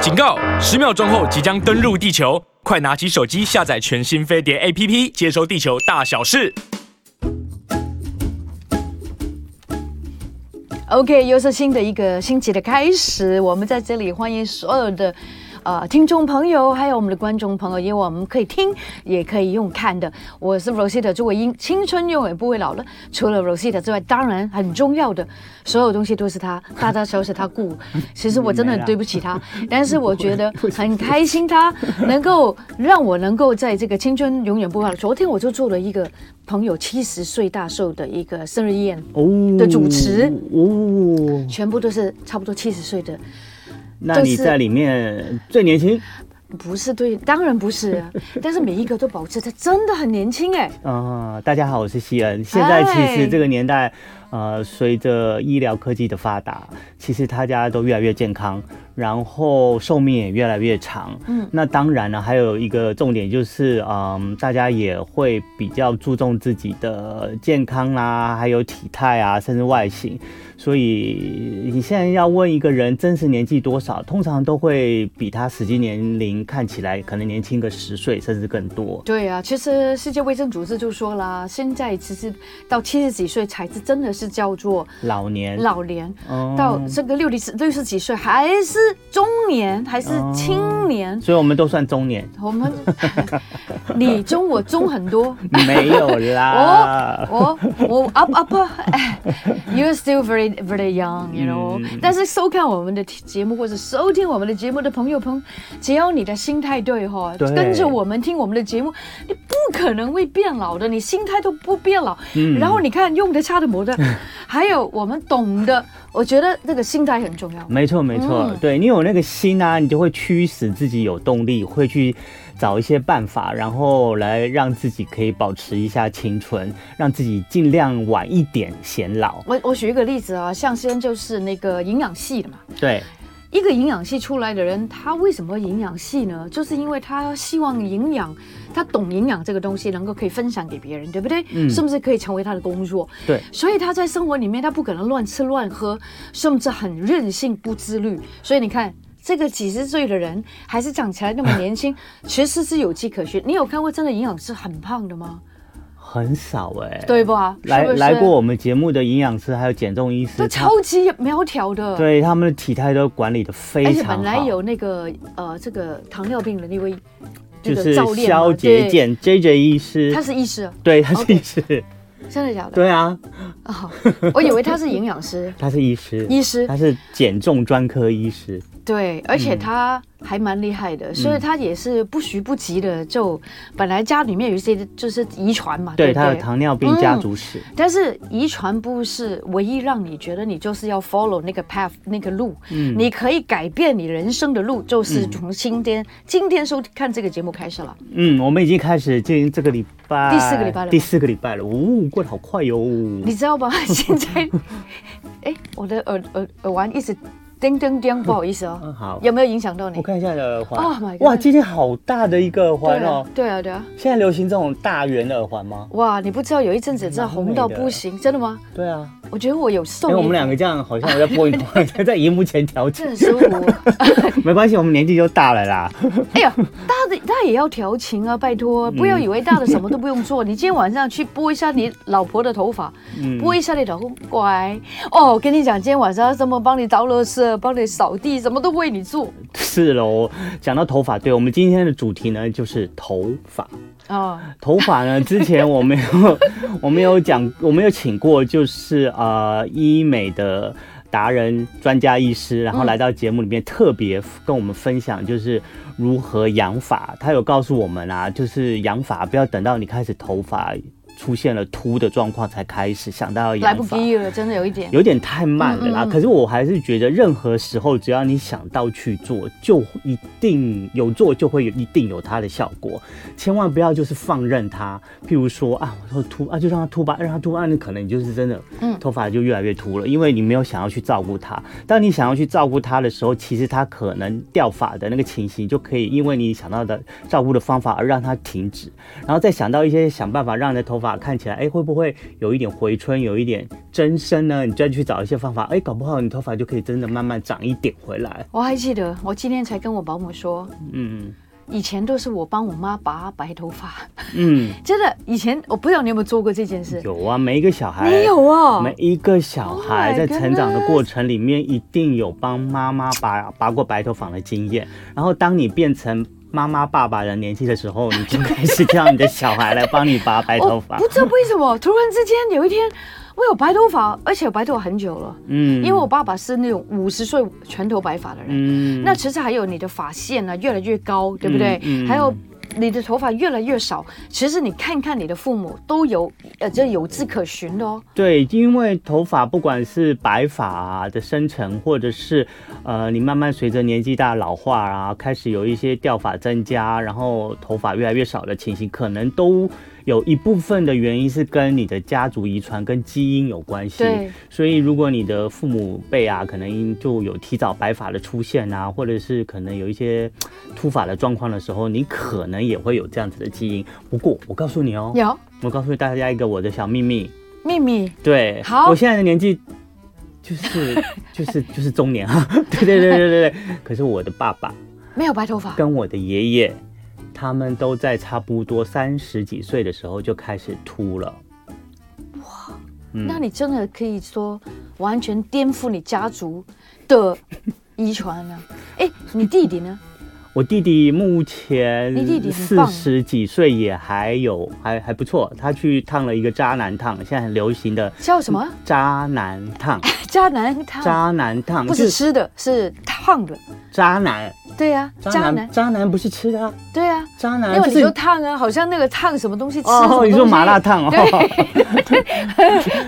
警告！十秒钟后即将登陆地球，快拿起手机下载全新飞碟 APP，接收地球大小事。 OK，又是新的一个星期的开始，我们在这里欢迎所有的。呃，听众朋友，还有我们的观众朋友，因为我们可以听，也可以用看的。我是 Rosita 朱伟英，青春永远不会老了。除了 Rosita 之外，当然很重要的，所有东西都是他，大大小小他顾。其实我真的很对不起他，但是我觉得很开心，他能够让我能够在这个青春永远不会老。昨天我就做了一个朋友七十岁大寿的一个生日宴，哦的主持哦，全部都是差不多七十岁的。那你在里面最年轻不是对，当然不是啊， 但是每一个都保持着，真的很年轻哎。啊、大家好，我是西恩。现在其嗨实这个年代，呃，随着医疗科技的发达，其实大家都越来越健康，然后寿命也越来越长。嗯嗯，那当然了，还有一个重点就是，嗯、大家也会比较注重自己的健康啊，还有体态啊，甚至外形。所以你现在要问一个人真实年纪多少，通常都会比他实际年龄看起来可能年轻个十岁，甚至更多。对啊，其实世界卫生组织就说啦，现在其实到七十几岁才是真的是叫做老年，老年，嗯到这个六十六十几岁还是中年，还是青年。所以我们都算中 年，我们你中我中很多，没有啦。我我 up up，哎，you're still very very young，you know、嗯但是收看我们的节目或者收听我们的节目的朋友朋友，只要你的心态对哈、对跟着我们听我们的节目，你不可能会变老的，你心态都不变老。嗯然后你看用的、差的、磨 的，还有我们懂的，我觉得那个心态很重要。没错，没错，嗯对你有那个心啊，你就会驱使自己有动力，会去找一些办法，然后来让自己可以保持一下青春，让自己尽量晚一点显老。我我举一个例子啊，像先就是那个营养系的嘛，对，一个营养系出来的人，他为什么营养系呢？就是因为他希望营养，他懂营养这个东西，能够可以分享给别人，对不对？嗯是不是可以成为他的工作？对所以他在生活里面，他不可能乱吃乱喝，甚至很任性不自律。所以你看。这个几十岁的人还是长起来那么年 轻，其实是有迹可循。你有看过真的营养师很胖的吗？很少哎、对吧？来是不是来过我们节目的营养师还有减重医都师，他超级苗条的。对他们的体态都管理的非而且常好，本来有那个呃，这个糖尿病的那位，那就个是教练嘛肖杰，健 J J 医对师他，是医师啊，对，他 OK 是医师，真的假的？对啊，啊，我以为他是营养 、师他是医师，医师，啊他是减重专科医师，对，而嗯且他还蛮厉害的，所以他也是不徐不急的，就本来家里面有一些就是遗传嘛，对不他有糖尿病家族史，但是遗传不是唯一让你觉得你就是要 follow 那个 path 那个路，嗯你可以改变你人生的路，就是从今天、今天收看这个节目开始了。嗯，我们已经开始进这个礼拜第四个礼拜了第四个礼拜了，呜、过得好快哟，你知道 吧？现在，哎，我的耳耳耳环一直叮叮叮，不好意思哦，嗯好，有没有影响到你我？看一下你的耳环 Oh my god 哇，今天好大的一个耳对环啊哦，，对啊，对啊！现在流行这种大圆的耳环吗？哇，你不知道有一阵子真的红到不行，真的吗？对啊，我觉得我有瘦因一为点，哎我们两个这样好像我在播 音 筒，在荧幕前调这情，很舒服。没关系，我们年纪就大了啦， 哎呀，大的大也要调情啊，拜托，嗯不要以为大的什么都不用做。你今天晚上去拨一下你老婆的头发，嗯拨一下你老公乖哦。我跟你讲，今天晚上什么帮你倒垃圾，帮你扫地，什么都为你做是喽。讲到头发，对我们今天的主题呢就是头发。啊。头发呢？之前我们有我们有讲，我们有请过，就是呃医美的达人、专家医师，然后来到节目里面特别跟我们分享，就是如何养发。他有告诉我们啊，就是养发不要等到你开始头发出现了秃的状况才开始想到要来养不发。及了，真的有一点。有点太慢了啦。可是我还是觉得，任何时候只要你想到去做，就一定有做，就会有一定有它的效果。千万不要就是放任它，譬如说啊，我说秃啊，就让它秃吧，让它秃啊，那可能你就是真的，嗯头发就越来越秃了，因为你没有想要去照顾它。当你想要去照顾它的时候，其实它可能掉发的那个情形就可以，因为你想到的照顾的方法而让它停止，然后再想到一些想办法让你的头法看起来，哎，会不会有一点回春，有一点增生呢？你再去找一些方法，哎，搞不好你头发就可以真的慢慢长一点回来。我还记得，我今天才跟我保姆说，嗯以前都是我帮我妈拔白头发， 嗯，真的，以前我不知道你有没有做过这件事，有啊，每一个小孩，你有哦，每一个小 Oh my 孩在成长的过程里面，一定有帮妈妈拔拔过白头发的经验。然后，当你变成妈妈、爸爸的年纪的时候，你就开始叫你的小孩来帮你拔白头发 我。不知道为什么， 突然之间有一天，我有白头发，而且我白头发很久了，嗯因为我爸爸是那种五十岁全头白发的人。嗯那其实还有你的发线啊，越来越高，对不对？嗯嗯还有你的头发越来越少。其实你看看你的父母都有，呃，这有迹可循的哦。对，因为头发不管是白发的生成，或者是呃你慢慢随着年纪大老化啊，开始有一些掉发增加，然后头发越来越少的情形，可能都有一部分的原因是跟你的家族遗传跟基因有关系。对所以如果你的父母辈啊，可能因就有提早白发的出现啊，或者是可能有一些突发的状况的时候，你可能也会有这样子的基因。不过我告诉你哦，有我告诉大家一个我的小秘密。秘密，对，好我现在的年纪就是 就是就是中年啊， 对对对对对对。可是我的爸爸没有白头发，跟我的爷爷，他们都在差不多三十几岁的时候就开始秃了。嗯那你真的可以说完全颠覆你家族的遗传 啊。哎，你弟弟呢？我弟弟目你弟弟很前四棒十几岁，也还有还还不错。他去烫了一个渣男烫，现在很流行的叫什么？渣男烫，渣男烫， 渣男烫啊不就是吃的，是烫的。渣男，对呀、渣渣男男，渣男不是吃的啊，对呀、渣因男为就你说是。烫啊，好像那个烫什么东西吃什么哦，东西，你说麻辣烫哦，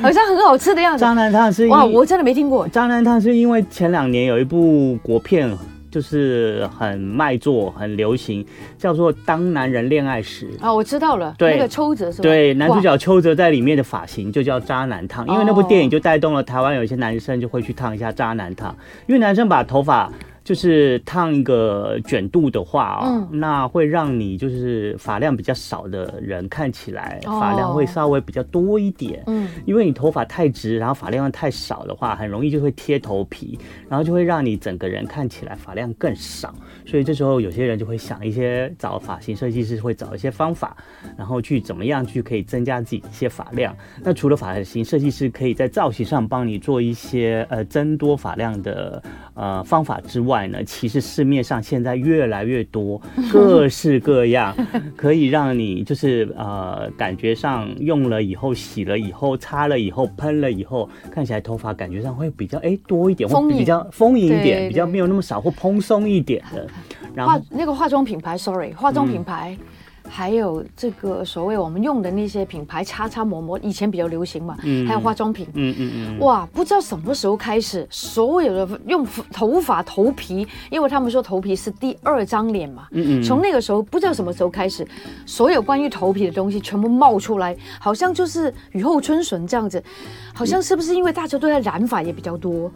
好像很好吃的样子 渣。男烫是哇，因我真的没听过。渣男烫是因为前两年有一部国片，就是很卖座、很流行，叫做《当男人恋爱时》。啊，我知道了，对那个抽着是吧？对，男主哇角邱泽在里面的发型就叫渣男烫，因为那部电影就带动了台湾有一些男生就会去烫一下渣男烫，因为男生把头发就是烫一个卷度的话哦，那会让你就是发量比较少的人看起来哦发量会稍微比较多一点，嗯，因为你头发太直，然后发量又太少的话，很容易就会贴头皮，然后就会让你整个人看起来发量更少。所以这时候有些人就会想一些找发型设计师会找一些方法，然后去怎么样去可以增加自己一些发量。那除了发型设计师可以在造型上帮你做一些呃增多发量的呃方法之外呢，其实市面上现在越来越 多各式各样，可以让你就是呃感觉上用了以后、洗了以后、擦了以后、喷了以后，看起来头发感觉上会比较哎多一点，丰会比盈较丰盈一对点，比较对没有那么少或蓬松一点的。然化后嗯那个化妆品牌，sorry，化妆品牌。还有这个所谓我们用的那些品牌擦擦抹抹，以前比较流行嘛，还有化妆品，嗯嗯嗯，哇，不知道什么时候开始，所有的用头发、头皮，因为他们说头皮是第二张脸嘛。嗯嗯从那个时候，不知道什么时候开始，所有关于头皮的东西全部冒出来，好像就是雨后春笋这样子。好嗯像是不是因为大家都在染发也比较多，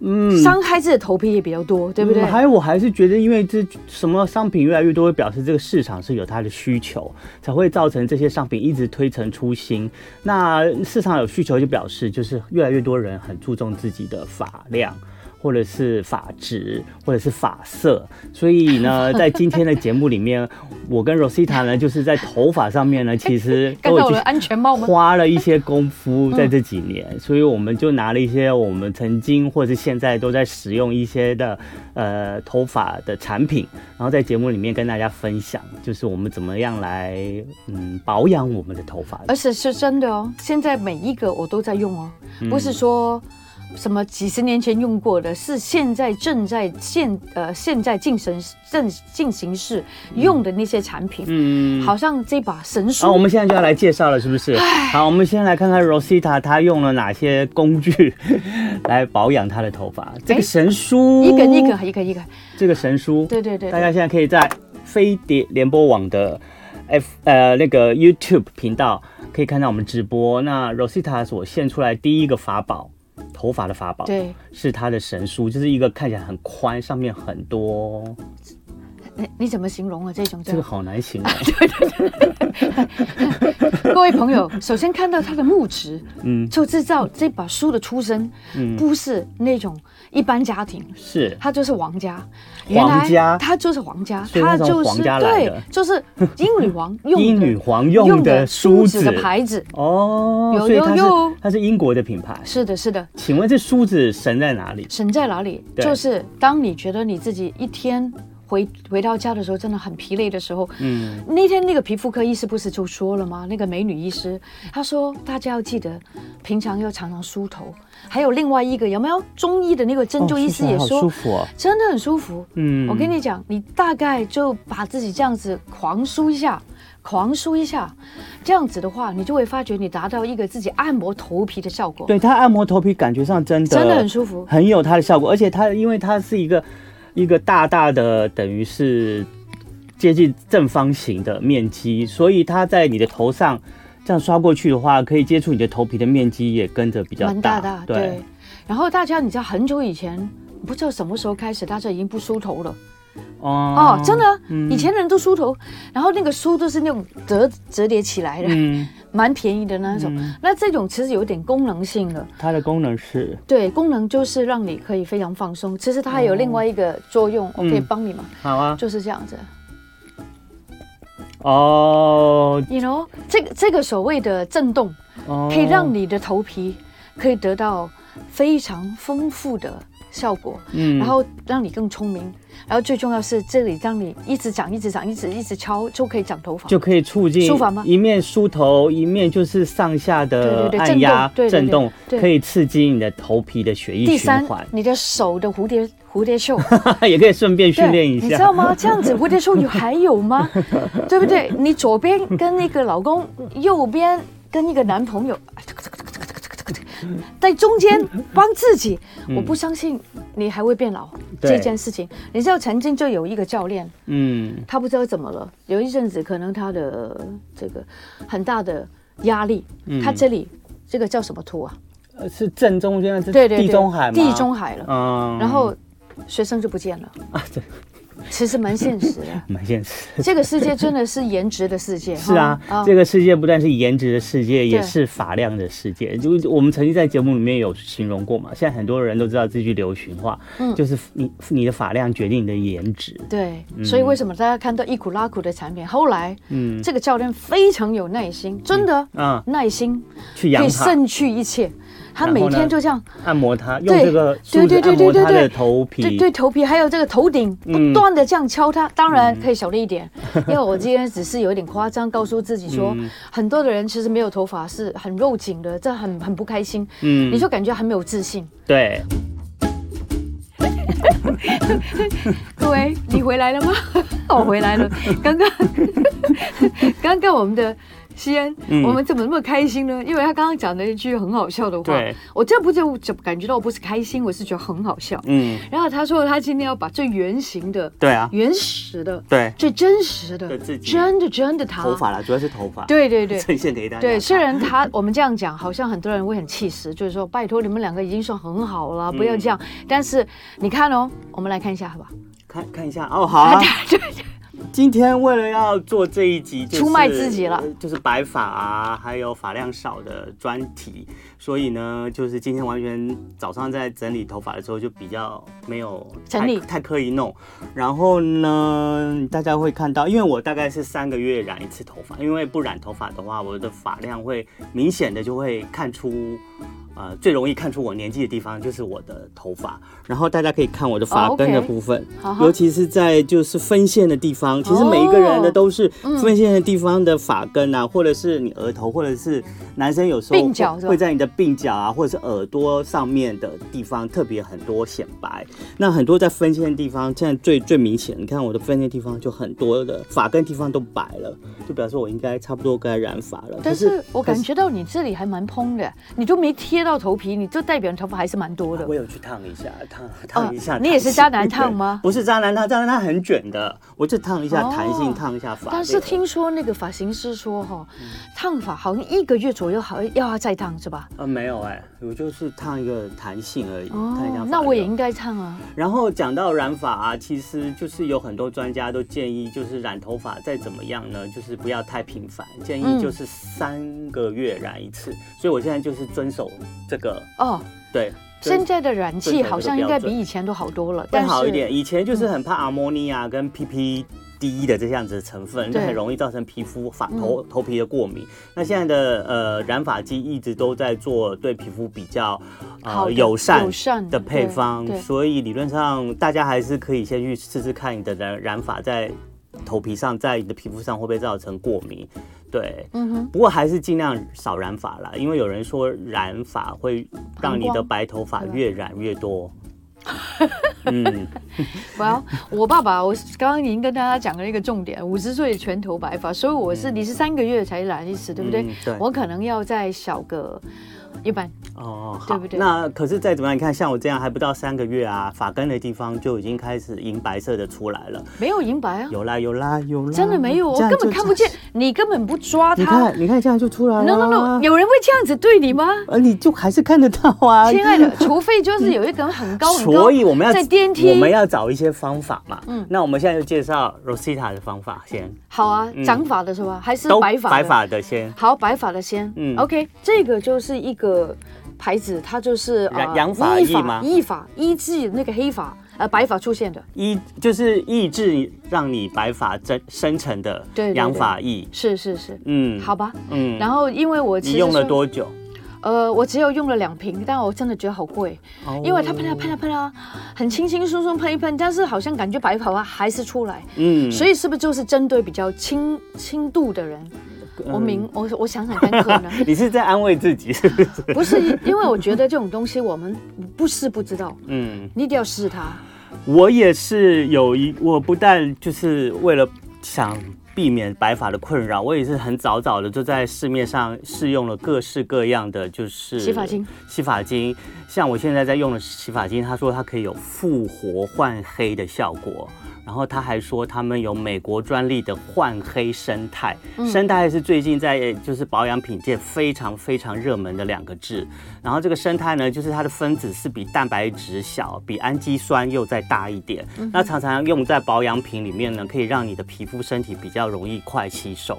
嗯，伤害自己的头皮也比较多，对不对嗯？还有，我还是觉得，因为这什么商品越来越多，会表示这个市场是有它的需求，才会造成这些商品一直推陈出新。那市场有需求，就表示就是越来越多人很注重自己的发量。或者是发质，或者是发色，所以 呢，在今天的节目里面，我跟 Rosita 呢，就是在头发上面呢，其实 看都已到我的经安全帽吗？花了一些功夫在这几年，所以我们就拿了一些我们曾经或是现在都在使用一些的呃头发的产品，然后在节目里面跟大家分享，就是我们怎么样来嗯保养我们的头发。而且是真的哦，现在每一个我都在用哦，嗯不是说什么几十年前用过的，是现在正在现呃现在进行正进行式用的那些产品，嗯，好像这把神好，我书。们现在就要来介绍了，是不是？好，我们先来看看 Rosita 她用了哪些工具来保养她的头发。这哎个神书，一根一个，一个一个，这个神书，对对对大家现在可以在飞碟联播网的 F 呃那个 YouTube 频道可以看到我们直播。那 Rosita 所献出来第一个法宝，头发的法宝，对，是她的神梳，就是一个看起来很宽，上面很多你你怎么形容啊？这种叫这个好 难形容。各位朋友，首先看到他的木质，嗯，就知道这把书的出身，不是那种一般家庭，是他就是王家。皇家他就是王家，所以他他从就是皇家来对的，就是英女王用的 英女皇用的梳梳子子的牌子。哦，有所以有它有是它是英国的品牌。是的，是的，请问这梳子神在哪里？神在哪里？对就是当你觉得你自己一天回回到家的时候，真的很疲累的时候，嗯，那天那个皮肤科医师不是就说了吗？那个美女医师，她说大家要记得，平常要常常梳头。还有另外一个有没有中医的那个针灸医师也哦梳起说，来好舒服哦。真的很舒服。嗯我跟你讲，你大概就把自己这样子狂梳一下，狂梳一下，这样子的话，你就会发觉你达到一个自己按摩头皮的效果，对它按摩头皮，感觉上真的真的很舒服。很有它的效果，而且它因为它是一个一个大大的等于是接近正方形的面积，所以它在你的头上这样刷过去的话，可以接触你的头皮的面积也跟着比较蛮大大。的，啊对。然后大家，你知道很久以前，不知道什么时候开始，大家已经不梳头了。哦哦，真的啊，嗯以前人都梳头，然后那个梳都是那种折折叠起来的，嗯，蛮便宜的那种。嗯那这种其实有点功能性的，它的功能是对，功能就是让你可以非常放松。其实它还哦有另外一个作用，我可以帮你嘛，好 啊，就是这样子。哦 You know，这个这个所谓的震动，哦，可以让你的头皮可以得到非常丰富的效果。嗯然后让你更聪明，然后最重要是这里让你一直长、一直长、一直一直敲，就可以长头发。就可以促进舒缓吗一面梳头，一面就是上下的对对对按压震动对对对震动对，可以刺激你的头皮的血液第循三环，，你的手的蝴蝶蝴蝶袖， 也可以顺便训练一你知下道。吗？这样子蝴蝶袖有还有吗？对不对？你左边跟那个老公，右边跟一个男朋友，在中间帮自己，我不相信你还会变老对这件事情。你知道曾经就有一个教练，嗯，他不知道怎么了，有一阵子可能他的这个很大的压力，他这里这个叫什么图啊？呃是正中间的是对对对，地中海吗？地中海了，嗯，然后学生就不见了 啊，对，。其实蛮现实的蛮现实。这个世界真的是颜值的世界，哦 是啊哈，这个世界不但是颜值的世界，也是发量的世界。就我们曾经在节目里面有形容过嘛，现在很多人都知道这句流行话，嗯就是你你的发量决定你的颜值。对，所以为什么大家看到一股拉股的产品？后来，嗯这个教练非常有耐心，真的，啊，耐心去可养以它，胜去一切。他然后每呢天就这样按摩它，对用这个对梳子对对按对摩对它对的头对皮。对头皮还有这个头顶不嗯断的这样敲它，当然可以小了一 点，因为我今天只是有一点夸张，告诉自己说，嗯很多的人其实没有头发是很肉紧的，这很很不开心，嗯你就感觉很没有自信。对，各位，你回来了吗？ 我回来了，刚 刚刚刚我们的。西安，嗯我们怎么那么开心呢？因为他刚刚讲了一句很好笑的话对，我这不就就感觉到我不是开心，我是觉得很好笑。嗯，然后他说他今天要把最原型的、对啊，原始的、对，最真实的对自，己真的真的他，头发啦，主要是头发。对对对。 呈现给大家看。对，虽然他我们这样讲，好像很多人会很气死，就是说，拜托你们两个已经算很好了，不要嗯这样。但是你看哦，我们来看一下，好吧？看看一下哦，好、 啊。今天为了要做这一集、就是，出卖自己了呃，就是白发啊，还有发量少的专题，所以呢，就是今天完全早上在整理头发的时候就比较没有太整理太刻意弄，然后呢，大家会看到，因为我大概是三个月染一次头发，因为不染头发的话，我的发量会明显的就会看出。呃，最容易看出我年纪的地方就是我的头发，然后大家可以看我的哦发，OK 根的部分好好尤其是在就是分线的地方，其实每一个人哦的都是嗯分线的地方的发根啊，或者是你额头，或者是男生有时候鬓角会是吧会在你的鬓角啊，或者是耳朵上面的地方特别很多显白。那很多在分线的地方，现在最最明显，你看我的分线地方就很多的发根地方都白了，就表示我应该差不多该染发了。但可是我可感觉到你这里还蛮蓬的，你都没贴到头皮，你就代表你头发还是蛮多的我。有去烫一下，烫烫一下、啊你 也是渣男烫吗不是渣男烫，渣男烫很卷的，我就烫一下哦弹性，烫一下发。但是听说那个发型师说哈、嗯烫发好像一个月左右好要要再烫是吧？呃没有哎、我就是烫一个弹性而已，嗯烫一下发。哦那我也应。该烫啊。然后讲到染发啊，其实就是有很多专家都建议，就是染头发再怎么样呢，就是不要太频繁，建嗯议就是三个月染一次。所以我现在就是遵守这个，哦，对，遵现在的染剂好像应该比遵守这个标准以前都好多了，会但是嗯好一点。以前就是很怕阿莫尼亚跟 PPD 的这样子的成分，就对嗯很容易造成皮肤发头头皮的过敏。那现在的呃染发剂一直都在做对皮肤比较好呃的友善友善的配方嗯对，对所以理论上大家还是可以先去试试看你的染染发在头皮上，在你的皮肤上会不会造成过敏。对，嗯哼，不过还是尽量少染发啦，因为有人说染发会让你膀的胱白头发对吧越染 越多。嗯，哇， 我爸爸，我刚刚已经跟大家讲了一个重点，五十岁全头白发，所以我是你是三个月才染一次，对不对嗯？对我可能要再小个一般，哦，对好，不对那可是再怎么样，你看像我这样还不到三个月啊，发根的地方就已经开始银白色的出来了，没有银白啊，有啦有啦有啦，真的没有，我这样根就本看不见。，你根本不抓你它。看，你看，这样就出来了啊。 No no no，有人会这样子对你吗？呃，你就还是看得到啊，亲爱的，除非就是有一个人很高很高，所以我们要在电梯，我们要找一些方法嘛。嗯嗯，那我们现在就介绍 Rosita 的方法先，好啊，嗯长发的是吧？还是都白发？白。发的先。好，白发的先。嗯嗯，OK，这个就是一个牌子，它就是呃染染发一液吗一发一季那个黑发呃白发出现的，抑就是抑制让你白发增生成的对对对养发液。是是是，嗯好，吧。嗯然后因为我其你实用了说，多久？呃，我只有用了两瓶，但我真的觉得好贵，因为它喷啊喷啊喷啊，很轻轻松松喷一喷，但是好像感觉白头发还是出来，嗯所以以是不是就是针对比较轻轻度的人？我明我我想想看可能 你是在安慰自己是不是？不是，因为我觉得这种东西我们不试不知道，嗯，你一定要试它。我也是有一，我不但就是为了想。避免白发的困扰，我也是很早早的就在市面上试用了各式各样的，就是洗发精。洗发精，像我现在在用的洗发精，他说它可以有复活换黑的效果，然后他还说他们有美国专利的换黑生态，生态是最近在就是保养品界非常非常热门的两个字。然后这个生态呢，就是它的分子是比蛋白质小，比氨基酸又再大一点。那常常用在保养品里面呢，可以让你的皮肤身体比较容易快吸收。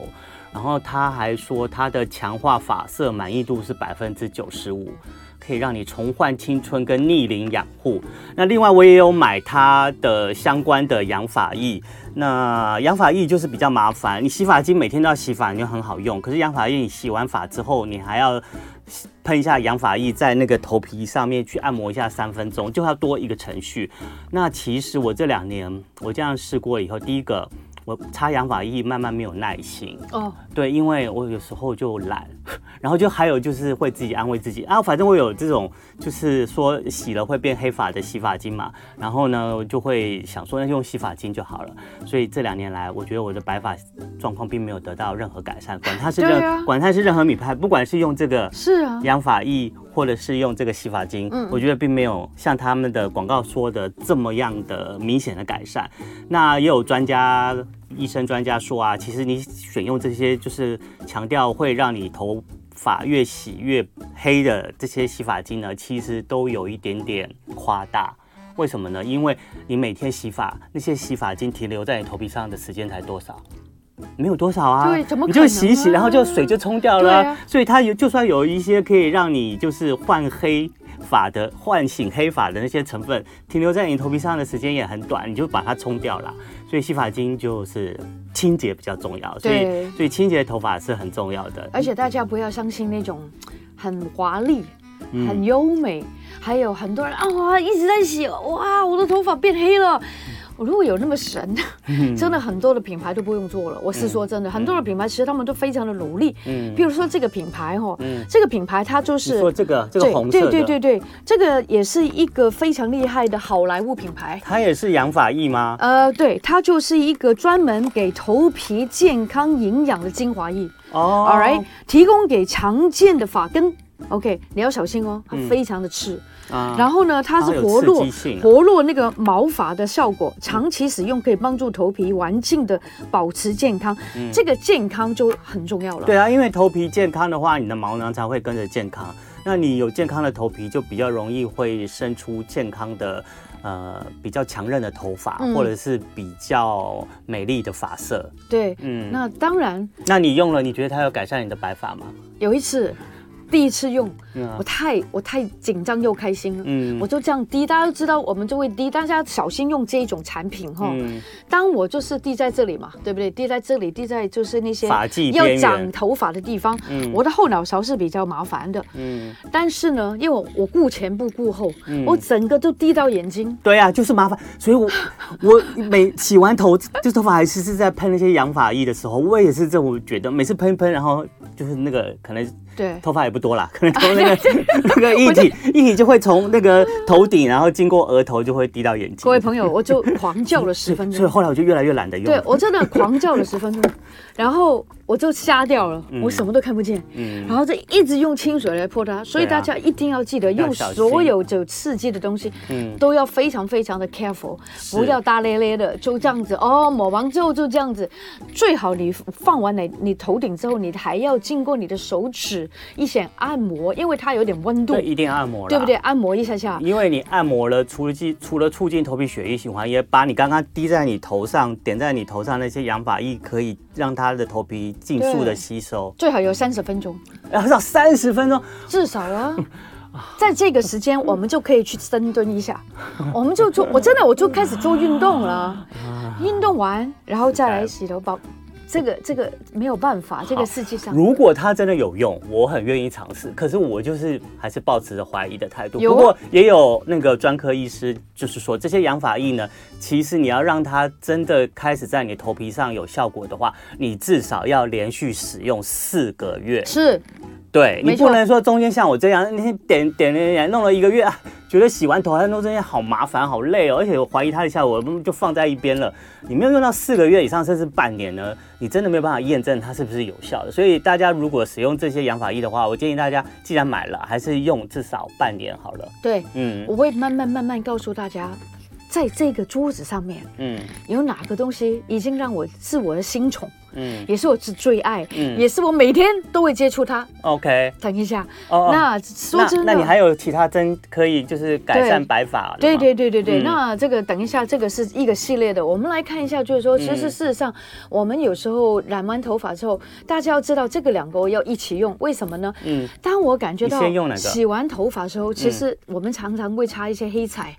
然后他还说，它的强化发色满意度是百分之九十五，可以让你重焕青春跟逆龄养护。那另外我也有买它的相关的养发液，那养发液就是比较麻烦，你洗发精每天都要洗发，你就很好用。可是养发液你洗完发之后，你还要喷一下养发液在那个头皮上面去按摩一下三分钟，就要多一个程序。那其实我这两年我这样试过以后，第一个我擦养发液慢慢没有耐心，哦，对，因为我有时候就懒，然后就还有就是会自己安慰自己啊，反正我有这种就是说洗了会变黑发的洗发精嘛，然后呢我就会想说那就用洗发精就好了。所以这两年来，我觉得我的白发状况并没有得到任何改善，管它是任、对啊管它是任何品牌，不管是用这个是啊，养发液或者是用这个洗发精，嗯我觉得并没有像他们的广告说的这么样的明显的改善。那也有专家、医生专家说啊，其实你选用这些就是强调会让你头发越洗越黑的这些洗发精呢，其实都有一点点夸大。为什么呢？因为你每天洗发，那些洗发精停留在你头皮上的时间才多少？没有多少啊，对怎么你可就能洗一洗，啊然后就水就冲掉了啊、对啊所以它有就算有一些可以让你就是换黑发的、唤醒黑发的那些成分，停留在你头皮上的时间也很短，你就把它冲掉了。所以洗发精就是清洁比较重要，所对哎以所以清洁头发是很重要的。而且大家不要相信那种很华丽、嗯很优美，还有很多人啊哇一直在洗，哇我的头发变黑了。我如果有那么神，嗯真的很多的品牌都不用做了。我是说真的，很多的品牌其实他们都非常的努力。嗯，譬如说这个品牌哈，这个品牌它就嗯你是说这个这个对红色的，对对对对，这个也是一个非常厉害的好莱坞品牌。它也是养发液吗？呃，对，它就是一个专门给头皮健康营养的精华液。哦 All right，提供给常见的发根 OK，你要小心哦，它嗯非常的刺。啊然后呢，它是有活刺络激性啊活络那个毛发的效果，长期使用可以帮助头皮完净的保持健康，这个健康就很重要了。嗯对啊，因为头皮健康的话，你的毛囊才会跟着健康。那你有健康的头皮，就比较容易会生出健康的，呃，比较强韧的头发，嗯或者是比较美丽的发色。对，嗯，那那当然那你用了，你觉得它有改善你的白发吗？有一次，第一次用，嗯啊我太我太紧张又开心了。嗯我就这样滴，大家都知道，我们就会滴，大家小心用这一种产品哈。嗯当我就是滴在这里嘛，对不对？滴在这里，滴在就是那些发际边要缘长头发的地方。嗯我的后脑勺是比较麻烦的，嗯，但是呢，因为我我顾前不顾后，我整个都滴到眼睛。对啊，就是麻烦。所以 我我每洗完头，就头发还是是在喷那些养发液的时候，我也是这么觉得，每次喷一喷，然后就是那个可能对，头发也不多啦，可能头 那个那个液体液体就会从那个头顶，然后经过额头就会滴到眼睛。各位朋友，我就狂叫了十分所以钟。后来我就越来越懒得用。对我真的狂叫了十分 钟，然后我就瞎掉了，我什么都看不见，嗯然后就一直用清水来泼它，所以对啊大家一定要记得要用小心所有有刺激的东西，嗯，都要非常非常的 careful，不要大咧咧的，就这样子哦，抹完之后就这样子，最好你放完你你头顶之后，你还要经过你的手指一些按摩，因为它有点温度对，，一定按摩啦，对不对？？啊按摩一下下，因为你按摩了，除了激除了促进头皮血液循环，也把你刚刚滴在你头上、点在你头上那些养发液，可以让它的头皮尽速对的吸收，最好有三十分钟，然后到三十分钟，至少啊。 在这个时间，我们就可以去深蹲一下，我们就做，我真的我就开始做运动了，啊运动完然后再来洗头包，这个这个没有办法，这个世界上嗯如果它真的有用，我很愿意尝试。可是我就是还是抱持着怀疑的态度。有啊不过也有那个专科医师，就是说这些养发液呢，其实你要让它真的开始在你头皮上有效果的话，你至少要连续使用四个月。是对你没错不能说中间像我这样，那天点点点点弄了一个月，啊觉得洗完头还弄这些好麻烦好累哦，而且我怀疑它的效果，嗯就放在一边了。你没有用到四个月以上，甚至半年呢，你真的没有办法验证它是不是有效的。所以大家如果使用这些养发液的话，我建议大家既然买了，还是用至少半年好了。对，嗯我会慢慢慢慢告诉大家，在这个桌子上面嗯有哪个东西已经让我是我的新宠，嗯也是我最最爱，嗯也是我每天都会接触它。 ，OK 等一下，哦。哦那说真的，那那你还有其他针可以就是改善对白发的吗？对对对对对，嗯那这个等一下，这个是一个系列的，我们来看一下，就是嗯说，其实事实上，我们有时候染完头发之后，大家要知道这个两个要一起用，为什么呢？嗯当我感觉到你先用哪个嗯洗完头发之后，其实我们常常会擦一些黑彩，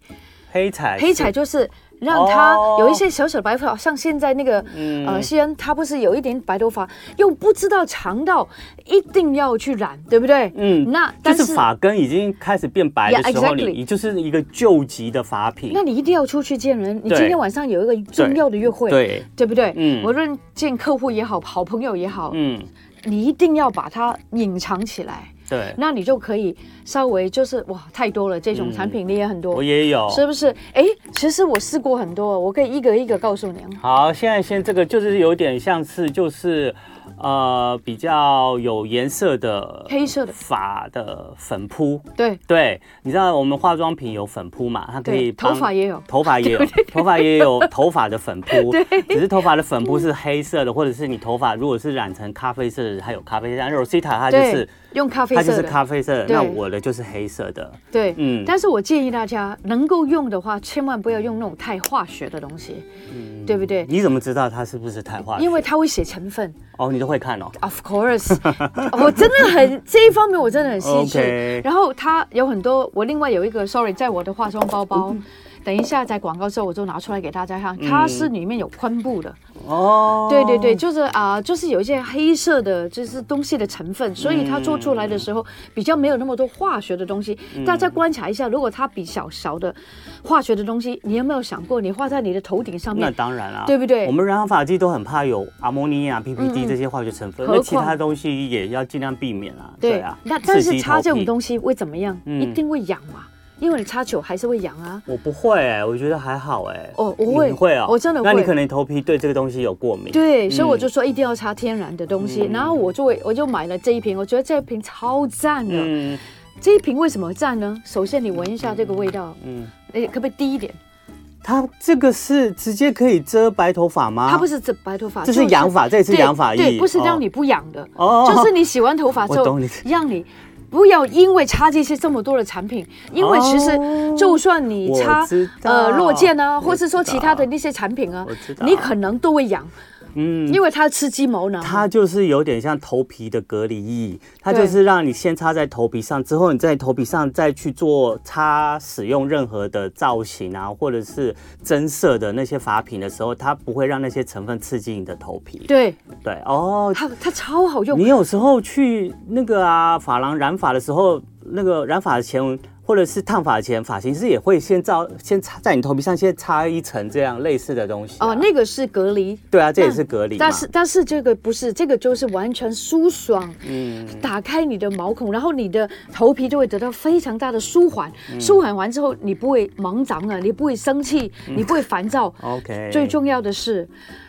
黑彩黑彩是就是让它哦嗯有一些小小的白头发，像现在那个、呃西恩，他不是有一点白头发，又不知道长到一定要去染，对不对？嗯那就但是是。发根已经开始变白的 Yeah, 时候，你 exactly. 你就是一个救急的发品那。你一定要出去见人，你今天晚上有一个重要的约会，对，对不对？嗯无论见客户也好，好朋友也好，嗯，你一定要把它隐藏起来，对，那你就可以稍微就是哇，太多了，这种嗯产品你也很多，我也有。是不是？哎，其实我试过很多，我可以一个一个告诉你啊。好，现在先这个就是有点像是就是呃比较有颜色的黑色的发的粉扑。对，对，你知道我们化妆品有粉扑嘛？它可对以帮头发也有头发也有，头发 也有头发的粉扑。只是头发的粉扑是黑色的，或者是你头发如果是染成咖啡色的，它有咖啡色。像 Rosita 它就对，是用咖啡它就色是的，咖啡色的，那对我的就是黑色的。对，嗯但是我建议大家能够用的话，千万不要用那种太化学的东西，对不对？你怎么知道它是不是碳嗯化？因为它会写成分哦，你都会看哦。 ，of course，我 真的很这一方面我真的很细致。 OK 然后它有很多，我另外有一个，sorry，在我的化妆包包，嗯 等一下在广告之后我就拿出来给大家看，它是里面有昆布的，哦，对对对，，就是啊、就是有一些黑色的，就是东西的成分，所以它做出来的时嗯候比较没有那么多化学的东西。大家观察一下，如果它比较少的化学的东西，你有没有想过，你画在你的头顶上那面？当然啦，对不对我们染发剂都很怕有阿莫尼亚、嗯 PPD 这些化学成分，何那其他况东西也要尽量避免啦。啊，那但是擦这种西，东西会怎么样？嗯一定会痒嘛。因为你擦久还是会痒啊。我不会哎、我觉得还好哎、哦我会你会哦，我真的会那你可能头皮对这个东西有过敏。对，嗯所以我就说一定要擦天然的东西。然后我就会我就买了这一瓶，我觉得这一瓶超赞的。嗯这一瓶为什么赞呢？首先你闻一下这个味道，嗯，哎，可不可以低一点？它这个是直接可以遮白头发吗？它不，是这白头发，啊这就是养法，这也是对养法液，对，不是让哦你不痒的，哦就是你洗完头发之我后懂你，让你不要因为擦这些这么多的产品，因为其实哦就算你擦我知道呃落健啊，哦我或是说知其他的道那些产品啊我知，道你可能都会痒，嗯因为它吃鸡毛囊。它就是有点像头皮的隔离液，它就是让你先擦在头皮上，之后你在头皮上再去做擦使用任何的造型啊，或者是增色的那些发品的时候，它不会让那些成分刺激你的头皮。对对哦，它它超好用你，有时候去那个啊发廊染发的时候，那个染发前或者是烫发前，发型师也会先照先擦在你头皮上先擦一层这样类似的东西啊、哦，那个是隔离。对啊，这也那是隔离嘛。但是但是这个不是，这个就是完全舒爽，嗯打开你的毛孔，然后你的头皮就会得到非常大的舒缓。嗯舒缓完之后，你不会忙张啊，你不会生气，嗯你不会烦躁。 ，OK，最重要的是，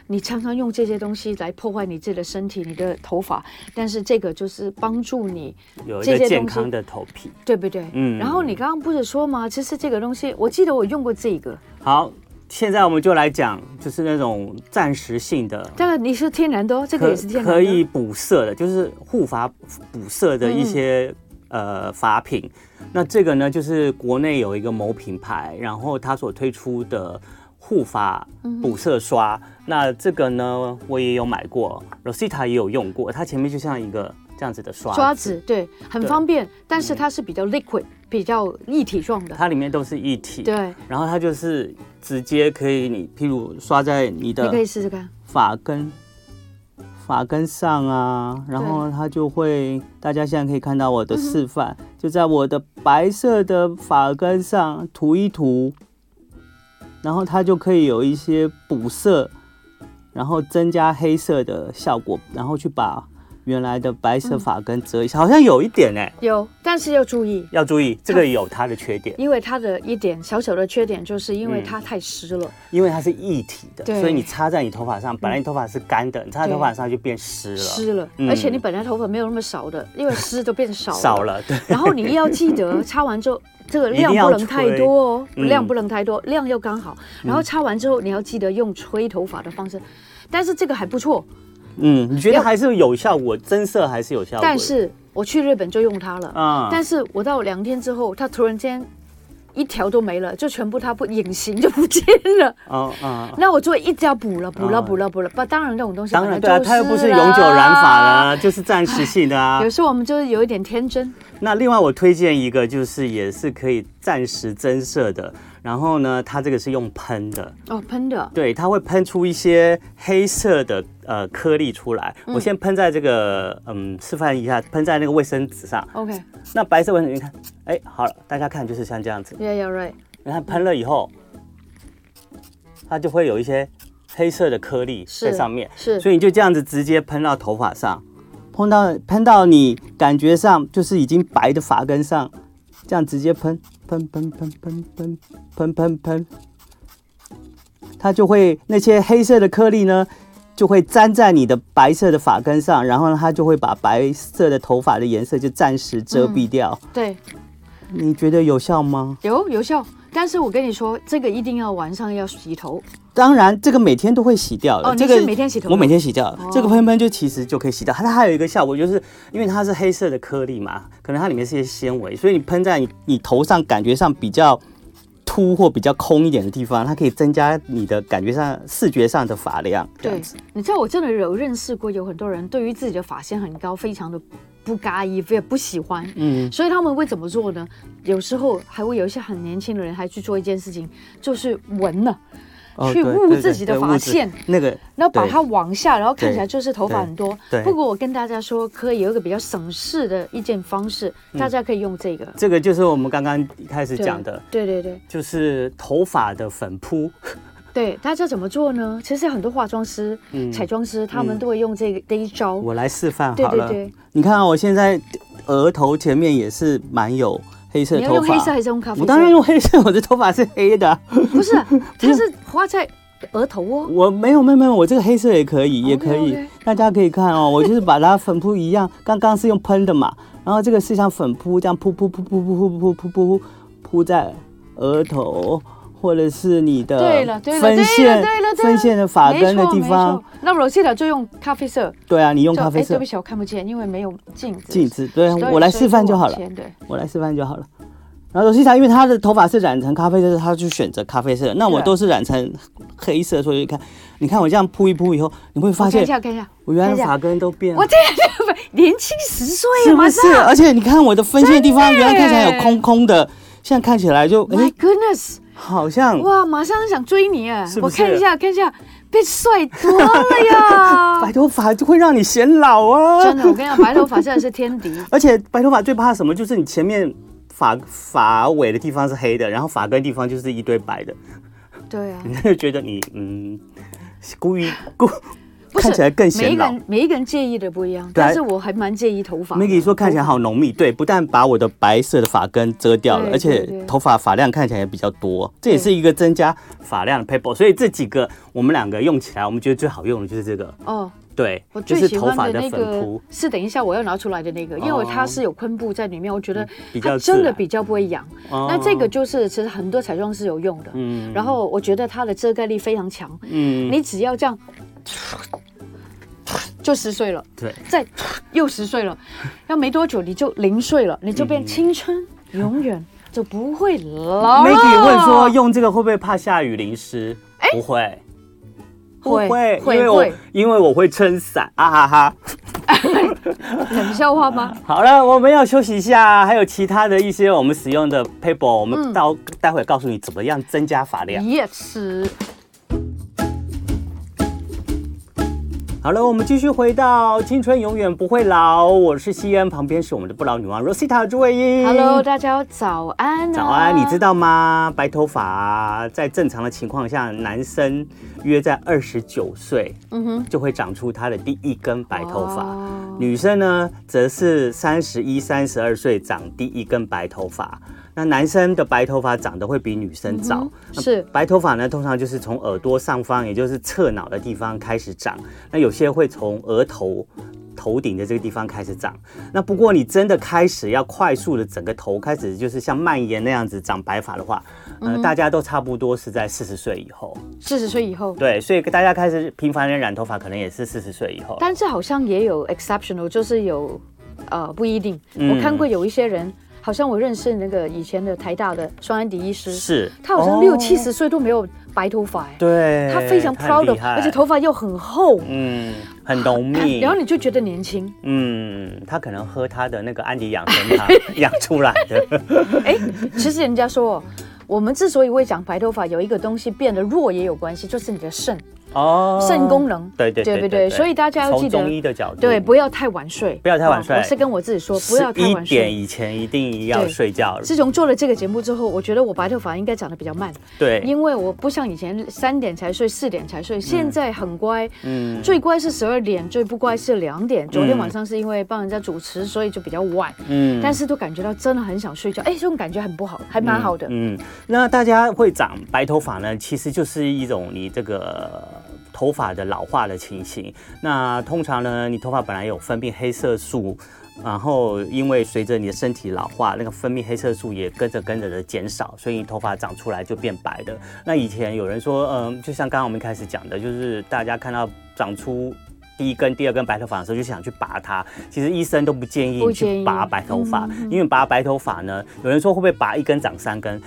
你常常用这些东西来破坏你自己的身体、你的头发，但是这个就是帮助你有一这个些健东西康的头皮。对不对？嗯然后你刚刚不是说吗？其实这个东西，我记得我用过这个，好，现在我们就来讲，就是那种暂时性的，但是你是天然的哦，这个也是天然的。可以补色的，就是护发补色的一嗯些、呃发品。那这个呢，就是国内有一个某品牌，然后它所推出的护发嗯补色刷。那这个呢，我也有买过，Rosita 也有用过，它前面就像一个这样子的刷刷子对，很对嗯方便，但是它是比较 liquid，比较一体状的。它里面都是一体。对，然后它就是直接可以你，譬如刷在你的你可以试试看。发根发根上啊，然后它就会，大家现在可以看到我的示范，嗯就在我的白色的发根上涂一涂，然后它就可以有一些补色，然后增加黑色的效果，然后去把原来的白嗯色发根遮一下，好像有一点哎、有，但是要注意，要注意，这个有它的缺点，因为它的一点小小的缺点，就是因为嗯它太湿了。因为它是一体的，对嗯所以你擦在你头发上，本来你头发是干的，你擦在头发上就变湿了，湿了，嗯而且你本来头发没有那么少的，因为湿都变少了。少。了， 对。然后你要记得擦完之后，这个一定量要不能太多哦，吹嗯量不能太多，量要刚好。然后擦完之后，你要记得用吹头发的方式，但是这个还不错。嗯，你觉要得还是有效果，增色还是有效果的。但是我去日本就用它了，啊，但是我到两天之后，它突然间一条都没了，就全部它不隐形就不见了。哦啊，那我就一直要补了，补了，哦补了，补了。不，当然这种东西当然本对啊，来就它又不是啦永久染发的、。啊，就是暂时性的啊 有。时候我们就是有一点天真，那另外我推荐一个，就是也是可以暂时增色的，然后呢，它这个是用喷的，哦，喷的，对，它会喷出一些黑色的呃颗粒出来。嗯我先喷在这个嗯示范一下，喷在那个卫生纸上。 OK，那白色卫生纸，你看，哎，好了，大家看就是像这样子。 yeah, yeah, right，你看喷了以后，它就会有一些黑色的颗粒是在上面，是所以你就这样子直接喷到头发上，碰到喷到你感觉上就是已经白的发根上，这样直接喷喷喷喷喷喷喷喷喷，它就会那些黑色的颗粒呢。就会粘在你的白色的发根上，然后呢，它就会把白色的头发的颜色就暂时遮嗯蔽掉。对，你觉得有效吗？有有效。但是我跟你说，这个一定要晚上要洗头，当然，这个每天都会洗掉的。哦你这是个每天洗头吗哦我每天洗掉。这个喷喷就其实就可以洗掉。它它还有一个效果，就是因为它是黑色的颗粒嘛，可能它里面是一些纤维，所以你喷在你你头上，感觉上比较凸或比较空一点的地方，它可以增加你的感觉上视觉上的发量。这对样子，你知道我真的有认识过有很多人对于自己的发线很高，非常的不嘎意，也不喜欢，嗯，所以他们会怎么做呢？有时候还会有一些很年轻的人还去做一件事情，就是闻了，哦去对捂对对自己的对发捂自线那个，然后把对它往下，然后看起来对就是头发很多。对对不过我跟大家说，可以有一个比较省事的一件方式，嗯大家可以用这个。这个就是我们刚刚一开始讲的，对对对就是头发的粉扑。对，大家怎么做呢？其实很多化妆师、彩妆师他们都会用这个这一招。嗯我来示范对好对了。哦对，你看啊，我现在额头前面也是蛮有黑色你的要头用发黑。色还是用咖啡色？我当然用黑色，我的头发是黑的啊。不 是，它是花在额头哦。我没有没有没有，我这个黑色也可以，也可以 OK，OK 大家可以看哦。我就是把它粉扑一样，刚刚是用喷的嘛，然后这个是像粉扑这样扑扑扑扑扑扑扑扑扑扑在额头，或者是你的对了，对了，对分了，线对了，对了分线的发根的地。没错没方错。那 Rosita 就用咖啡色，对啊，你用就咖啡哎对色不起，我看不见，因为没有镜子。镜子，对对我来所以示范就好了往。前对，我来示范就好了。然后罗西塔，因为她的头发是染成咖啡色，她就选择咖啡色。那我对啊都是染成黑色，所以你看，你看我这样铺一铺以后，你会发我看一现下，看一下，我原来看一的下发根都变了我，这年轻十岁，是不马是？上而且你看我的分线的地方，真的原来看起来有空空的，现在看起来就哎、 ？My goodness！好 像哇，马上想追你哎！是不我看是一下，看一下，变帅多了呀 白！头发就会让你显老啊。真的，我跟你讲，白头发真的是天 敌。而且白头发最怕什么？就是你前面发发尾的地方是黑的，然后发根地方就是一堆白的，对啊，你就 觉得你嗯，故意故不是看起来更每一显个老。人每一个人介意的不一样，对啊但是我还蛮介意头发的。 Maggie 说看起来好浓密，对，不但把我的白色的发根遮掉了，对而且对对头发发量看起来也比较多，这也是一个增加发量的 paper。所以这几个我们两个用起来，我们觉得最好用的就是这个，哦，对我，就最是喜头欢发的那粉个扑，哦是等一下我要拿出来的那个，因为它是有昆布在里面，我觉得比较它自然真的比较不会痒。哦那这个就是其实很多彩妆是有用的，嗯然后我觉得它的遮盖力非常强，嗯，你只要这样。就十岁了，对，再又十岁了，要没多久你就零岁了，你就变青春，永远就不会老了。 Maggie 问说用这个会不会怕下雨淋湿？不会。不会会，哎会因为我会因为我会撑伞啊哈哈。冷笑话 吗？好了，我们要休息一下，还有其他的一些我们使用的 paper，我们到、待会告诉你怎么样增加发量。也是，好了，我们继续回到青春永远不会老，我是西恩，旁边是我们的不老女王 Rosita 朱慧英。 Hello，大家早安、啊。嗯早安，你知道吗？白头发在正常的情况下，男生约在二十九岁，嗯哼，就会长出他的第一根白头发哦。女生呢，则是三十一、三十二岁长第一根白头发。那男生的白头发长得会比女生早，那嗯是白头发呢，通常就是从耳朵上方，也就是侧脑的地方开始长。那有些会从额头。头顶的这个地方开始长，那不过你真的开始要快速的整个头开始就是像蔓延那样子长白发的话，嗯呃，大家都差不多是在四十岁以后，四十岁以后，对，所以大家开始频繁的染头发，可能也是四十岁以后。但是好像也有 exceptional，就是有，呃，不一定。嗯我看过有一些人，好像我认识那个以前的台大的双安迪医师，是，他好像哦六七，十岁都没有白头发，哎，对，他非常很 proud 厉 of，害而且头发又很厚，嗯很浓密，啊然后你就觉得年轻。嗯，他可能喝他的那个安迪养生 茶养出来的，哎，其实人家说哦，我们之所以会长白头发，有一个东西变得弱也有关系，就是你的肾哦，肾功能。对对对对不对？所以大家要记从中得医。的角度，对，不要太晚睡，啊不要太晚睡我是跟我自己说，不要太晚一点睡。以前一定要对睡觉，自从做了这个节目之后，我觉得我白头发应该长得比较慢，对，因为我不像以前三点才睡，四点才睡，现在很乖。嗯，最乖是十二点，最不乖是两点。昨天晚上是因为帮人家主持，所以就比较晚，嗯但是都感觉到真的很想睡觉。哎，这种感觉很不好，还蛮好的。嗯，嗯那大家会长白头发呢，其实就是一种你这个。头发的老化的情形，那通常呢，你头发本来有分泌黑色素，然后因为随着你的身体老化，那个分泌黑色素也跟着跟着的减少，所以你头发长出来就变白的。那以前有人说，嗯，就像刚刚我们一开始讲的，就是大家看到长出第一根、第二根白头发的时候，就想去拔它。其实医生都不建议不你建议嗯去拔白头发，因为拔白头发呢，有人说会不会拔一根长三根？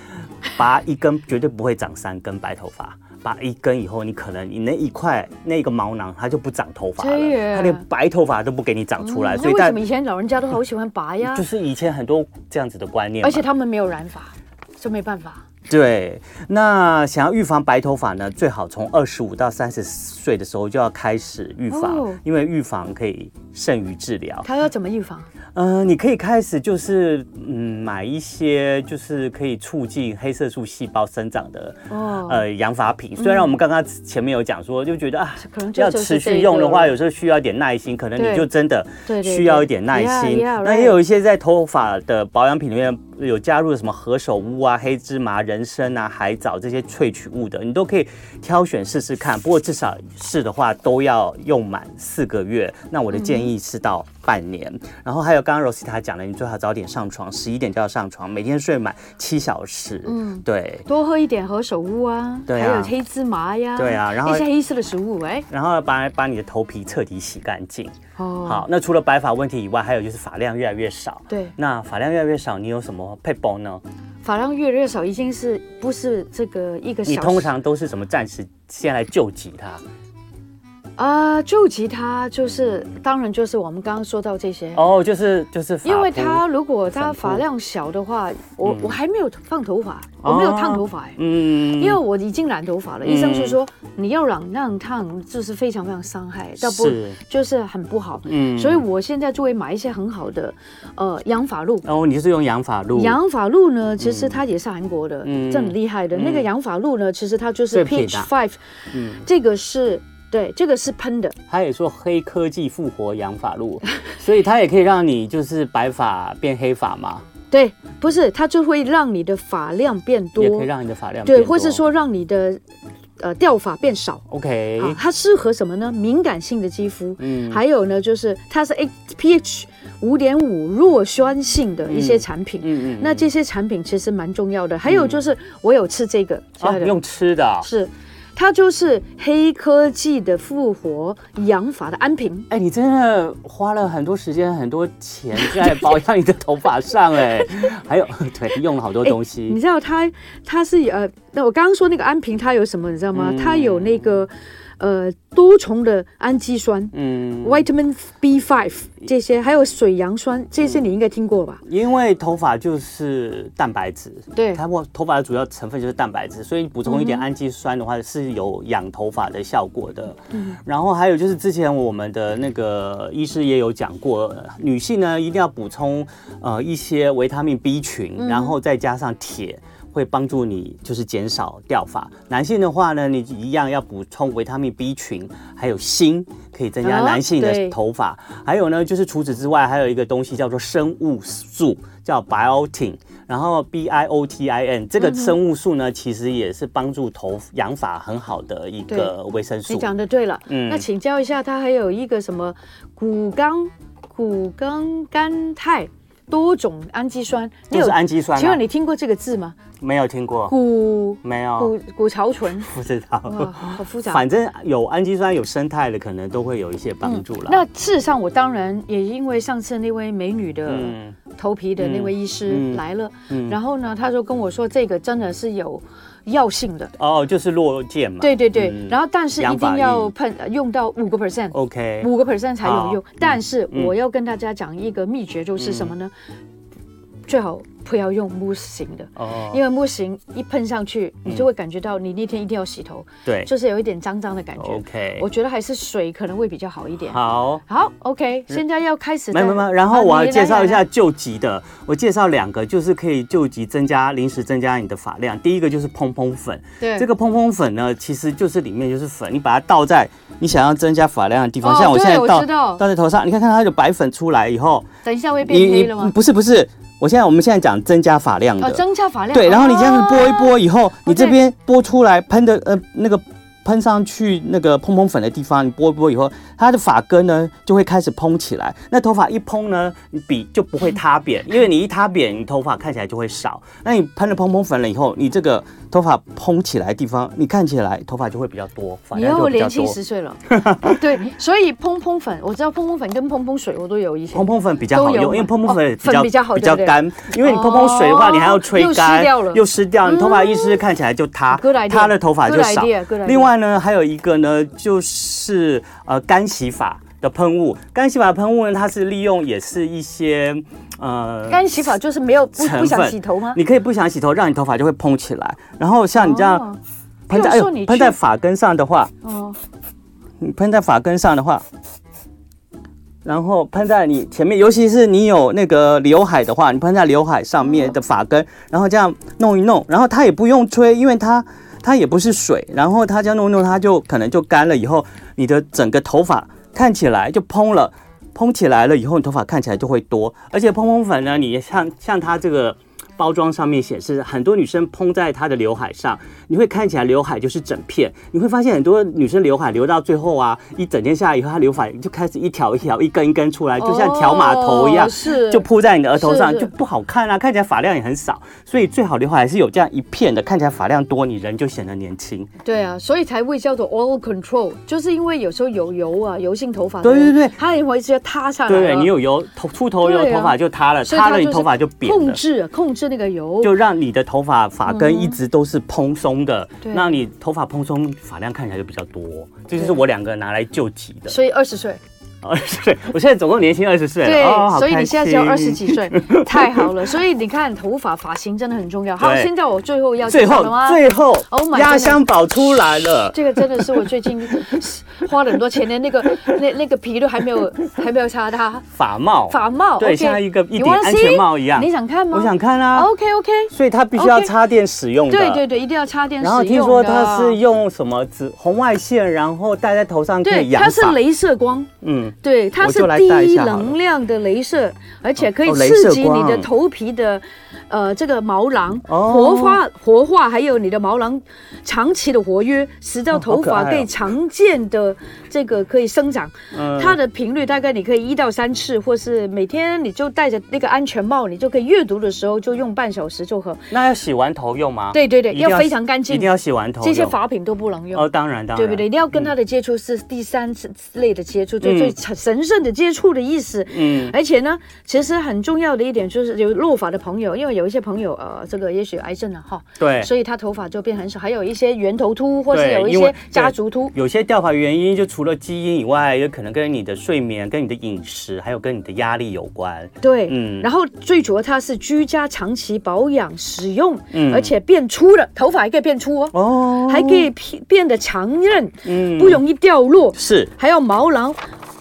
拔一根绝对不会长三根白头发，拔一根以后，你可能你那一块那个毛囊它就不长头发了对耶，它连白头发都不给你长出来，嗯所那以为大什么以前老人家都好喜欢拔呀 就？是以前很多这样子的观念嘛，而且他们没有染发，就没办法。对，那想要预防白头发呢，最好从二十五到三十岁的时候就要开始预防，哦因为预防可以剩余治疗。它要怎么预防？嗯，你可以开始就是嗯买一些就是可以促进黑色素细胞生长的哦呃养发品。虽然我们刚刚前面有讲说，就觉得啊可能就要就是持这续一用的个话，有时候需要一点耐心，可能对你就真的对对需要一点耐心。 Yeah, yeah, 那也有一些在头发的保养品里面有加入什么何首乌啊、黑芝麻、人参啊、海藻这些萃取物的，你都可以挑选试试看。不过至少试的话都要用满四个月。那我的建议是到半年。然后还有刚刚 Rosita 讲的，你最好早点上床，十一点就要上床，每天睡满七小时。嗯嗯，对。多喝一点何首乌啊，对啊还有黑芝麻呀，对啊然后一些黑色的食物，哎，然后把把你的头皮彻底洗干净。哦，好，那除了白发问题以外，还有就是发量越来越少。对那发量越来越少，你有什么配包呢？发量越来越少，已经是不是这个一个小时？你通常都是什么暂时先来救急它？啊、救急它就是，当然就是我们刚刚说到这些。哦，就是就是发因为肤它如果它散步发量小的话，我、嗯哦我还没有放头发，我没有烫头发哎、嗯因为我已经染头发了。医生就嗯说你要染让烫，就是非常非常伤害，要不是就是很不好。嗯所以我现在就会买一些很好的，呃，养发露。哦，你就是用养发露，养发露呢，其实它也是韩国的，嗯这很厉害的。那个养发露呢，其实它就是最便宜 Peach 的嗯 Five，这个是对，这个是喷的，它也说黑科技复活养发露， 所以它也可以让你就是白发变黑发嘛，对，不是它就会让你的发量变也多可以，让你的发量对，变或是多说让你的呃掉发变少。 OK，嗯啊，它适合什么呢？敏感性的肌肤，还有呢，就是它是 A pH 五点五弱酸性的一些产品，嗯嗯那这些产品其实蛮重要的。还有就是，我有吃这个，亲啊爱的，用吃的啊，是，它就是黑科技的复活养发的安瓶。哎、你真的花了很多时间、很多钱在保养你的头发上、哎，还有 对，用了好多东哎你西，知道它它是呃，那我刚刚说那个安瓶它有什么？你知道吗？它有那个呃多重的氨基酸。嗯， Vitamin B5 这些，还有水杨酸，这些你应该听过吧？因为头发就是蛋白质，对嗯它我头发的主要成分就是蛋白质，所以补充一点氨基酸的话是有养头发的效果的。嗯然后还有就是之前我们的那个医师也有讲过，呃女性呢一定要补充呃一些维他命 B 群，嗯然后再加上铁。会帮助你就是减少掉发。男性的话呢，你一样要补充维他命 B 群，还有锌，可以增加哦男性对的头发。还有呢，就是除此之外，还有一个东西叫做生物素，叫 biotin，然后 B I O T I N 这个生物嗯素呢，其实也是帮助头养发很好的一个维生你素。讲的对了。嗯那请教一下，它还有一个什么谷胱谷胱甘肽多种氨基酸，你就有是氨基酸、请问啊，你听过这个字吗？没有听过？谷没有，谷谷草醇，不知哇，道。好复杂。反正有氨基酸、有生态的，可能都会有一些帮助啦。那事实上，我当然也因为上次那位美女的嗯头皮的那位医师嗯来了，嗯然后呢，他就跟我说这个真的是有药性的，哦，就是落剑嘛。对对对，嗯然后但是一养定发要液喷呃用到五个 percent， ，OK，五个 percent 才有哦好嗯用。但是我要跟大家讲一个秘诀，就是什么呢？最好不要用 mousse 型的，哦，嗯因为 mousse 型一喷上去，你就会感觉到你那天一定要洗头，对就是有一点脏脏的感觉。 ，OK，我觉得还是水可能会比较好一点。好。好，OK，现在要开始在。没有没有没有，然后我啊要介绍你一。来下来来救急的，我介绍两个，就是可以救急增加临时增加你的发量。第一个就是蓬蓬粉，对这个蓬蓬粉呢，其实就是里面就是粉，你把它倒在你想要增加发量的地方，哦像我现在对我倒知道倒在头上，你看看它有白粉出来以后，等一下会变你黑了吗？不是不是，我现在我们现在讲增加发量的，哦，增加发量。对，然后你这样子拨一啊，拨以后，你这 OK 边拨出来喷的呃那个喷上去那个蓬蓬粉的地方，你拨一拨以后，它的发根呢就会开始蓬起来。那头发一蓬呢，你比就不会塌扁，因为你一塌扁，你头发看起来就会少。那你喷了蓬蓬粉了以后，你这个头发蓬起来的地方，你看起来头发就会比较多，发你量就又会比较年轻多十。岁了。 对，所以蓬蓬粉，我知道蓬蓬粉跟蓬蓬水我都有一些。蓬蓬粉比较都好有用，因为吗蓬哦蓬粉比粉较、比较好对不对干，因为你蓬蓬水的话，你还要吹又湿干，掉了嗯又湿掉，你头发一湿看起来就塌 Good idea，，塌了头发就 good 少 idea，good idea。另外呢，还有一个呢，就是呃干洗法的喷雾，干洗法的喷雾呢，它是利用也是一些呃干洗法就是没有不不成想分洗头吗？你可以不想洗头，让你头发就会蓬起来。然后像你这样哦喷在、哎譬如说你喷在去发根上的话，哦，你喷在发根上的话，然后喷在你前面，尤其是你有那个刘海的话，你喷在刘海上面的发根，然后这样弄一弄，然后它也不用吹，因为它它也不是水，然后它这样弄一弄，它就可能就干了以后，你的整个头发看起来就蓬了，蓬起来了以后，你头发看起来就会多，而且蓬蓬粉呢，你像像它这个。包装上面显示，很多女生蓬在她的刘海上，你会看起来刘海就是整片。你会发现很多女生刘海留到最后啊，一整天下来以后，她刘海就开始一条一条、一根一根出来，就像条码头一样，哦是就铺在你的额头上，是是就不好看啊，看起来发量也很少。所以最好刘海还是有这样一片的，看起来发量多，你人就显得年轻。对啊，所以才会叫做 oil control，就是因为有时候有油啊，油性头发，对对对它也会直接塌下来了。对，你有油头出头油，对啊头发就塌了，所以塌它了你是头发就扁控了。制控制那个油，就让你的头发发根一直都是蓬松的，嗯对让你头发蓬松，发量看起来就比较多。这就是我两个拿来救急的。 所以二十岁，二十岁，我现在总共年轻二十岁了，对，哦好所以开你现在只有心二十几 岁，太好了。所以你看，头发发型真的很重要。好，对现在我最后要最介绍的后吗最后 Oh my 压箱宝出来了。这个真的是我最 近花了很多钱的那个那那个皮都还没有还没有擦它，法帽，法帽哦对 OK 像一个一 You 顶 wanna 安全帽一样 see？你想看吗？我想看啊， OK OK，所以它必须要 OK 插电使用的。对对对，一定要插电使然用后的。听说它是用什么紫红外线，然后戴在头上可对，以养它是发镭射光，嗯，对，它我是就来戴一低下好了能量的镭射，而且可以哦镭射刺激你的光头皮的，呃，这个毛囊、哦活化、活化，还有你的毛囊长期的活跃，使到头好发可爱哦可以常见的这个可以生长。嗯它的频率大概你可以一到三次，或是每天你就戴着那个安全帽，你就可以阅读的时候就用半小时就好。那要洗完头用吗？对对对一定要非常干净一定要洗完头用。这些法品都不能用。哦，当然当然，嗯对不对？你要跟他的接触是第三次类的接触，就最神圣的接触的意思。嗯而且呢，其实很重要的一点就是有落发的朋友，因为有一些朋友呃，这个也许有癌症了哈，对所以他头发就变很少，还有一些源头秃或是对有一因为些家族秃。有些掉发原因就除了基因以外，也可能跟你的睡眠、跟你的饮食，还有跟你的压力有关。对，嗯然后最主要它是居家长期保养使用，嗯而且变粗了，头发还可以变粗哦，哦还可以变变得强韧，嗯不容易掉落。是还有毛囊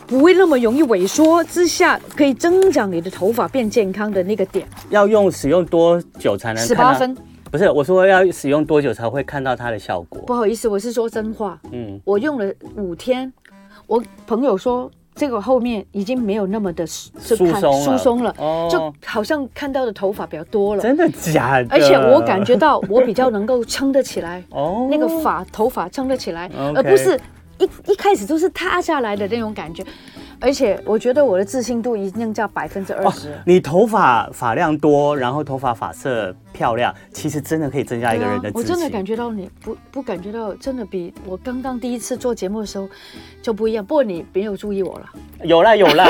不会那么容易萎缩之下，可以增长你的头发变健康的那个点，要用使用多久才能十看啊八到？分。不是，我说要使用多久才会看到它的效果？不好意思，我是说真话，嗯，我用了五天，我朋友说。这个后面已经没有那么的疏疏松了疏松了，哦就好像看到的头发比较多了，真的假的？而且我感觉到我比较能够撑得起来，哦那个发头发撑得起来 OK 而不是一一开始就是塌下来的那种感觉。而且我觉得我的自信度已经到百分之二哦十。，你头发发量多，然后头发发色漂亮，其实真的可以增加一个人对的啊自信。我真的感觉到你不不感觉到，真的比我刚刚第一次做节目的时候就不一样。不过你没有注意我了，有啦有 啦，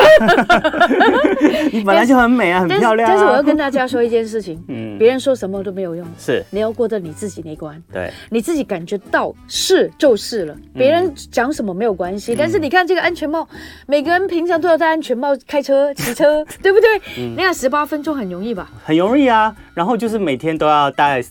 你本来就很美啊，很但漂是亮、啊但是我要跟大家说一件事 情，嗯，别人说什么都没有用，是你要过得你自己那一关。对，你自己感觉到是就是嗯了，别人讲什么没有关系。但是你看这个安全帽，每个人平常都要戴安全帽开车、骑 车，对不对？嗯那样十八分钟很容易吧？很容易啊。然后就是每天都要戴十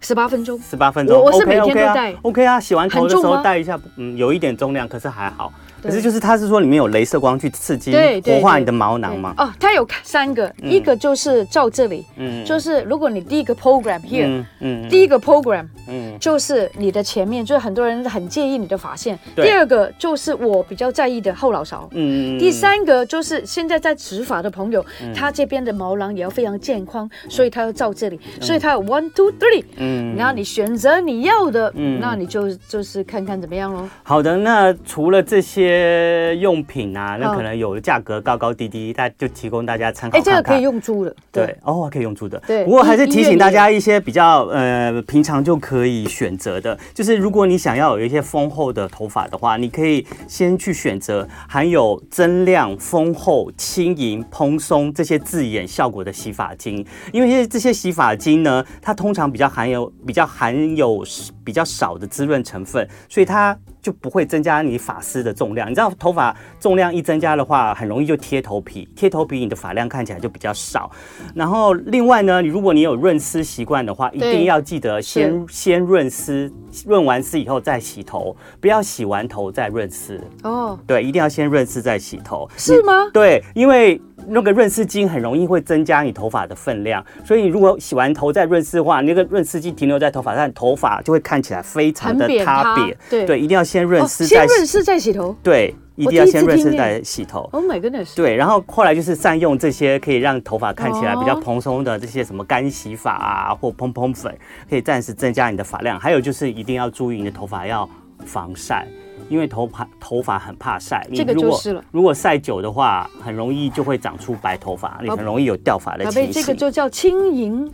十八分钟，八分钟，我我是 OK，每天都 OK 啊戴，OK 啊。洗完头的时很重吗候戴一下，嗯，有一点重量，可是还好。对可是就是它是说里面有镭射光去刺激对对活化对你的毛囊对嘛。哦，它有三个，一个就是照这里，嗯就是如果你第一个 program here，、嗯第一个 program 嗯就是你的前面，就是很多人很介意你的发线。对第二个就是我比较在意的后脑勺。嗯第三个就是现在在植发的朋友，他这边的毛囊也要非常健康，所以他要照这里，所以他有 one two three，嗯然后你选择你要的，那你就就是看看怎么样喽。好的，那除了这些用品啊，那嗯可能有价格高高低低，大就提供大家参考哎，看这看。个可以用租的，对，哦，可以用住的。对不过还是提醒大音乐家一些比较呃平常就可以选择的，就是如果你想要有一些丰厚的头发的话，你可以先去选择含有增量、丰厚、轻盈、蓬松这些字眼效果的洗发精，因为这些这些洗发精呢，它通常比较含有比较含有比较少的滋润成分，所以它。就不会增加你发丝的重量。你知道头发重量一增加的话，很容易就贴头皮，贴头皮你的发量看起来就比较少。然后另外呢，你如果你有润丝习惯的话，一对定要记得先先润丝，润完丝以后再洗头，不要洗完头再润丝。哦，对，一定要先润丝再洗头。是吗？对，因为那个润丝巾很容易会增加你头发的分量，所以你如果洗完头再润丝的话，那个润丝巾停留在头发上，头发就会看起来非常的很扁塌塌扁。对一定要先润哦，丝再先洗。润湿再洗头。对，一我定要第一先次润听丝耶再洗头。 Oh my goodness！对，然后后来就是善用这些可以让头发看起来比较哦蓬松的这些什么干洗法啊，或蓬蓬粉，可以暂时增加你的发量。还有就是一定要注意你的头发要防晒，因为头发头发很怕晒，你这个如就果是了如果晒久的话，很容易就会长出白头发，你宝很容易有掉发的宝贝，情这个形。就叫轻盈。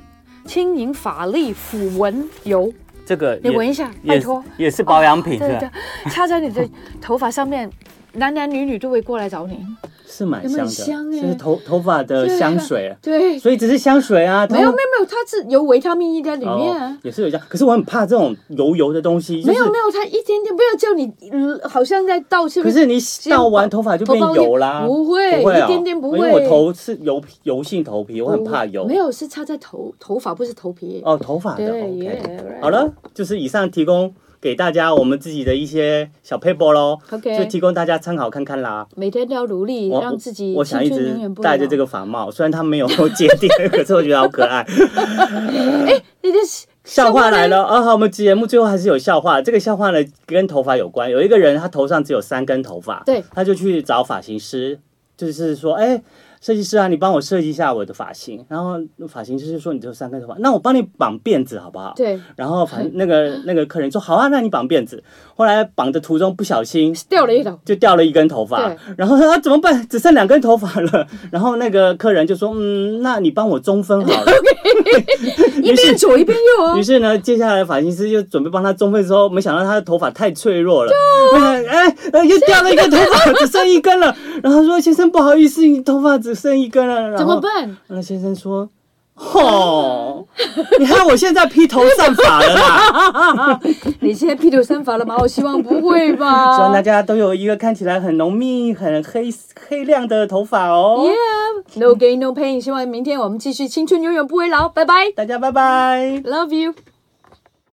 轻盈法力抚纹油，这个你也闻一下拜也托哦也是保养品，对是对吧，擦在你的头发上面，男男女女都会过来找你。是蛮有没有香欸这头头发的对呃香水，啊对，所以只是香水啊，没有没有它没有，它是有维他命 E 在里面哦啊。也是有香，可是我很怕这种油油的东西，就没是有没有，它一点点不要叫你，嗯好像在倒是不 可是？是你洗倒完头发就变油啦，头发不会一啊点点不会因为我头是油皮油性头皮，我很怕油。哦没有，是擦在头头发，不是头皮。哦，头发的对 OK。 ，yeah，right 好了，就是以上提供给大家我们自己的一些小 paper 咯 OK 就提供大家参考看看啦。每天都要努力，我让自己我想青一春直永远不老。戴着这个发帽，虽然它没有 接地，可是我觉得好可爱。你的笑话来了啊！好，我们节目最后还是有笑话。这个笑话呢，跟头发有关。有一个人，他头上只有三根头发，对他就去找发型师，就是说，哎、设计师啊，你帮我设计一下我的发型。然后发型师就说，你只有三根头发，那我帮你绑辫子好不好？。对然后反那个 那个客人说，好啊，那你绑辫子。后来绑的途中不小心掉了一头，就掉了一根头发对，然后他、啊、怎么办？只剩两根头发了。然后那个客人就说，嗯，那你帮我中分 好了。一边左一边右哦于。是呢，接下来发型师就准备帮他中分的时候，没想到他的头发太脆弱了，哦我想 哎哎，又掉了一根头发，只剩 一根了。然后他说：“先生，不好意思，你头发只剩一根了。”然怎后么？办？那先生说。哦， 你看我现在披头散发 了啦！ 你现在披头散发了吗？我希望不会 吧。希望大家都有一个看起来很浓密、很黑黑亮的头发哦。嗯 Yeah, no gain, no pain。希望明天我们继续青春永远不会老。拜拜大家拜拜。 ，Love you。